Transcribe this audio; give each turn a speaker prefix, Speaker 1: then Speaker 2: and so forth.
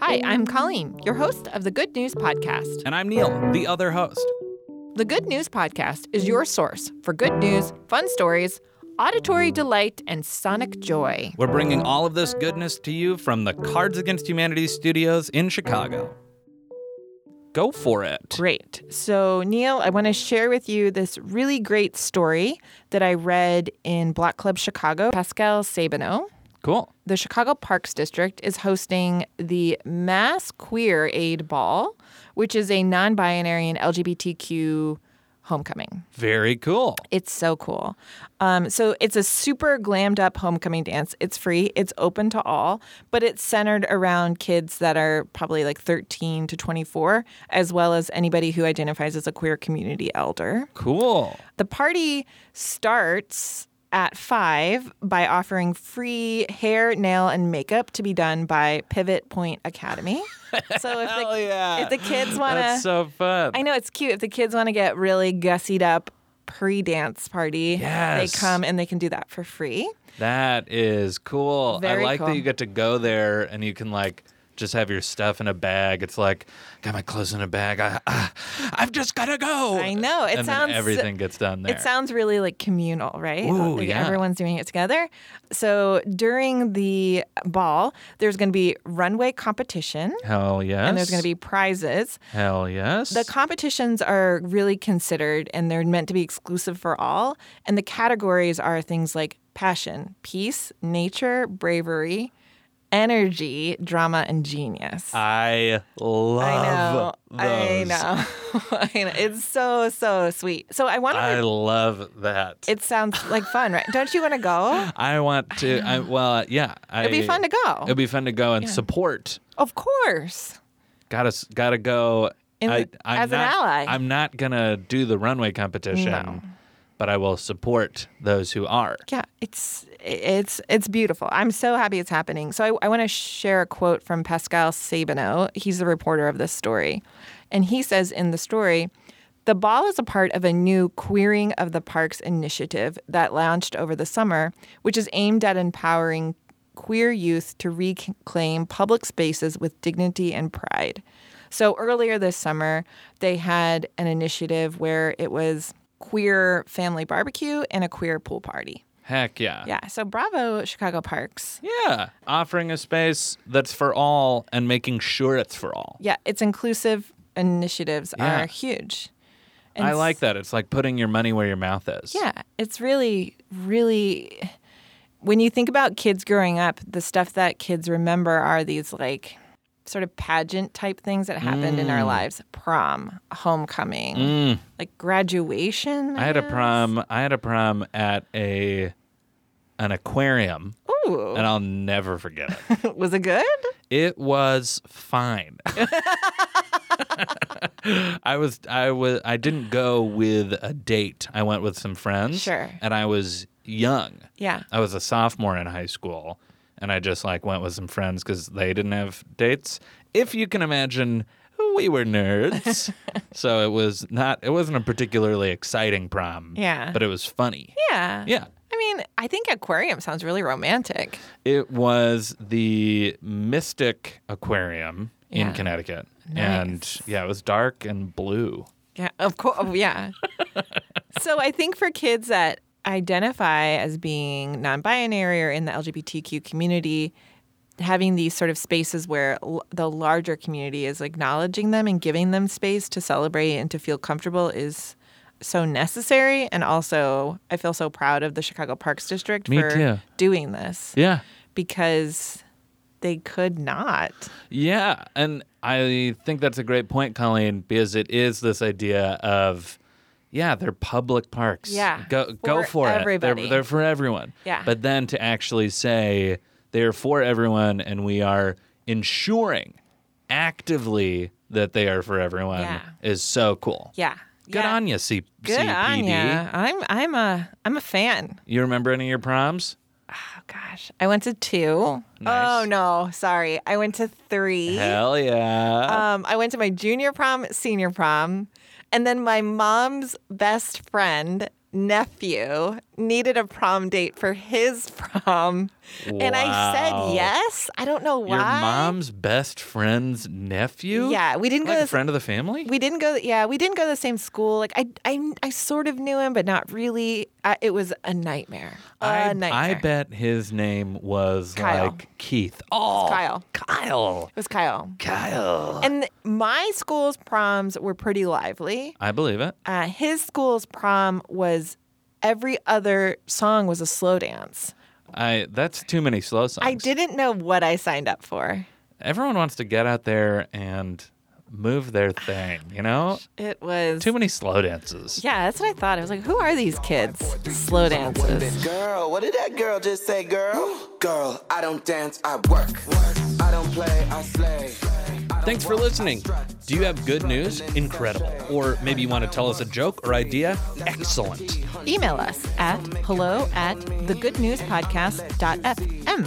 Speaker 1: Hi, I'm Colleen, your host of the Good News Podcast.
Speaker 2: And I'm Neil, the other host.
Speaker 1: The Good News Podcast is your source for good news, fun stories, auditory delight, and sonic joy.
Speaker 2: We're bringing all of this goodness to you from the Cards Against Humanity studios in Chicago. Go for it.
Speaker 1: Great. So, Neil, I want to share with you this really great story that I read in Block Club Chicago, Pascal Sabino.
Speaker 2: Cool.
Speaker 1: The Chicago Parks District is hosting the Mass Queer Aid Ball, which is a non binary and LGBTQ homecoming.
Speaker 2: Very cool.
Speaker 1: It's so cool. Um, so it's a super glammed up homecoming dance. It's free, it's open to all, but it's centered around kids that are probably like 13 to 24, as well as anybody who identifies as a queer community elder.
Speaker 2: Cool.
Speaker 1: The party starts at five by offering free hair, nail, and makeup to be done by Pivot Point Academy. So if
Speaker 2: Hell
Speaker 1: the,
Speaker 2: yeah.
Speaker 1: if the kids want to.
Speaker 2: That's so fun.
Speaker 1: I know it's cute. If the kids want to get really gussied up pre dance party,
Speaker 2: Yes.
Speaker 1: they come and they can do that for free.
Speaker 2: That is cool.
Speaker 1: Very
Speaker 2: I like
Speaker 1: cool.
Speaker 2: that you get to go there and you can like just have your stuff in a bag. It's like got my clothes in a bag. I, ah, I've just gotta go.
Speaker 1: I know. It
Speaker 2: and
Speaker 1: sounds-
Speaker 2: then everything gets done there.
Speaker 1: It sounds really like communal, right?
Speaker 2: Ooh,
Speaker 1: Like,
Speaker 2: yeah.
Speaker 1: Everyone's doing it together. So during the ball, there's going to be runway competition
Speaker 2: Hell yes.
Speaker 1: and there's going to be prizes.
Speaker 2: hell yes.
Speaker 1: The competitions are really considered and they're meant to be exclusive for all. And the categories are things like passion, peace, nature, bravery, energy, drama, and genius.
Speaker 2: I love
Speaker 1: I
Speaker 2: those.
Speaker 1: know. I know. It's so so sweet. So I want
Speaker 2: I
Speaker 1: to.
Speaker 2: love that.
Speaker 1: It sounds like fun, right? Don't you want to go?
Speaker 2: I want to. I, well, yeah. I,
Speaker 1: It'd be fun to go.
Speaker 2: It'd be fun to go and support.
Speaker 1: Of course.
Speaker 2: Gotta s- gotta go.
Speaker 1: In the-
Speaker 2: I'm
Speaker 1: as an
Speaker 2: not-
Speaker 1: ally.
Speaker 2: I'm not gonna do the runway competition,
Speaker 1: No.
Speaker 2: but I will support those who are.
Speaker 1: Yeah, it's it's it's beautiful. I'm so happy it's happening. So I, I want to share a quote from Pascal Sabino. He's the reporter of this story, and he says in the story, the ball is a part of a new queering of the parks initiative that launched over the summer, which is aimed at empowering queer youth to reclaim public spaces with dignity and pride. So earlier this summer, they had an initiative where it was queer family barbecue and a queer pool party.
Speaker 2: Heck yeah.
Speaker 1: Yeah, so bravo Chicago Parks.
Speaker 2: Yeah. Offering a space that's for all and making sure it's for all.
Speaker 1: Yeah, its inclusive initiatives
Speaker 2: Yeah.
Speaker 1: are huge.
Speaker 2: I like that. It's like putting your money where your mouth is.
Speaker 1: Yeah, it's really, really. When you think about kids growing up, the stuff that kids remember are these like sort of pageant type things that happened in our
Speaker 2: Mm.
Speaker 1: lives prom, homecoming, like graduation.
Speaker 2: I had a prom. I had a prom at a an aquarium,
Speaker 1: Ooh,
Speaker 2: and I'll never forget it.
Speaker 1: was it good?
Speaker 2: it was fine. I was I was I didn't go with a date. I went with some friends.
Speaker 1: Sure.
Speaker 2: And I was young.
Speaker 1: Yeah.
Speaker 2: I was a sophomore in high school, and I just like went with some friends because they didn't have dates. If you can imagine, we were nerds, so it was not. It wasn't a particularly exciting prom.
Speaker 1: Yeah.
Speaker 2: But it was funny.
Speaker 1: Yeah.
Speaker 2: Yeah.
Speaker 1: I mean, I think aquarium sounds really romantic.
Speaker 2: It was the Mystic Aquarium
Speaker 1: Yeah.
Speaker 2: in Connecticut. And yeah, it was dark and blue.
Speaker 1: Yeah, of course. yeah. so I think for kids that identify as being non binary or in the LGBTQ community, having these sort of spaces where l- the larger community is acknowledging them and giving them space to celebrate and to feel comfortable is so necessary. And also, I feel so proud of the Chicago Parks District
Speaker 2: Me
Speaker 1: for
Speaker 2: too.
Speaker 1: doing this
Speaker 2: Yeah.
Speaker 1: because they could not.
Speaker 2: Yeah, and I think that's a great point, Colleen, because it is this idea of, yeah, they're public parks.
Speaker 1: Yeah,
Speaker 2: go go
Speaker 1: for
Speaker 2: for it.
Speaker 1: everybody.
Speaker 2: They're, they're for everyone.
Speaker 1: Yeah.
Speaker 2: but then to actually say they're for everyone, and we are ensuring actively that they are for everyone
Speaker 1: Yeah.
Speaker 2: is so cool.
Speaker 1: Yeah.
Speaker 2: Good on you, C-
Speaker 1: Good
Speaker 2: CPD.
Speaker 1: on ya. I'm I'm a I'm a fan.
Speaker 2: You remember any of your proms?
Speaker 1: Oh gosh, I went to two.
Speaker 2: Nice.
Speaker 1: Oh no, sorry, I went to three.
Speaker 2: Hell yeah.
Speaker 1: Um, I went to my junior prom, senior prom, and then my mom's best friend nephew needed a prom date for his prom. And I
Speaker 2: Wow.
Speaker 1: said yes. I don't know why.
Speaker 2: Your mom's best friend's nephew?
Speaker 1: Yeah, we didn't go
Speaker 2: Like
Speaker 1: to
Speaker 2: a
Speaker 1: the
Speaker 2: friend of the family?
Speaker 1: we didn't go yeah we didn't go to the same school like i i, I sort of knew him but not really I, it was a nightmare A
Speaker 2: I, I
Speaker 1: nightmare
Speaker 2: bet his name was
Speaker 1: Kyle.
Speaker 2: like Keith. Oh,
Speaker 1: Kyle.
Speaker 2: Kyle.
Speaker 1: it was kyle
Speaker 2: Kyle.
Speaker 1: and my school's proms were pretty lively
Speaker 2: I believe it.
Speaker 1: uh, his school's prom was every other song was a slow dance
Speaker 2: I that's too many slow songs.
Speaker 1: i didn't know what i signed up for
Speaker 2: Everyone wants to get out there and move their thing, you know?
Speaker 1: it was
Speaker 2: Too many slow dances.
Speaker 1: yeah that's what i thought i was like who are these kids slow dances
Speaker 3: Girl, what did that girl just say, girl? Girl, I don't dance, I work. I don't play, I slay.
Speaker 2: Thanks for listening. Do you have good news? Incredible. Or maybe you want to tell us a joke or idea? Excellent.
Speaker 1: email us at hello at thegoodnewspodcast.fm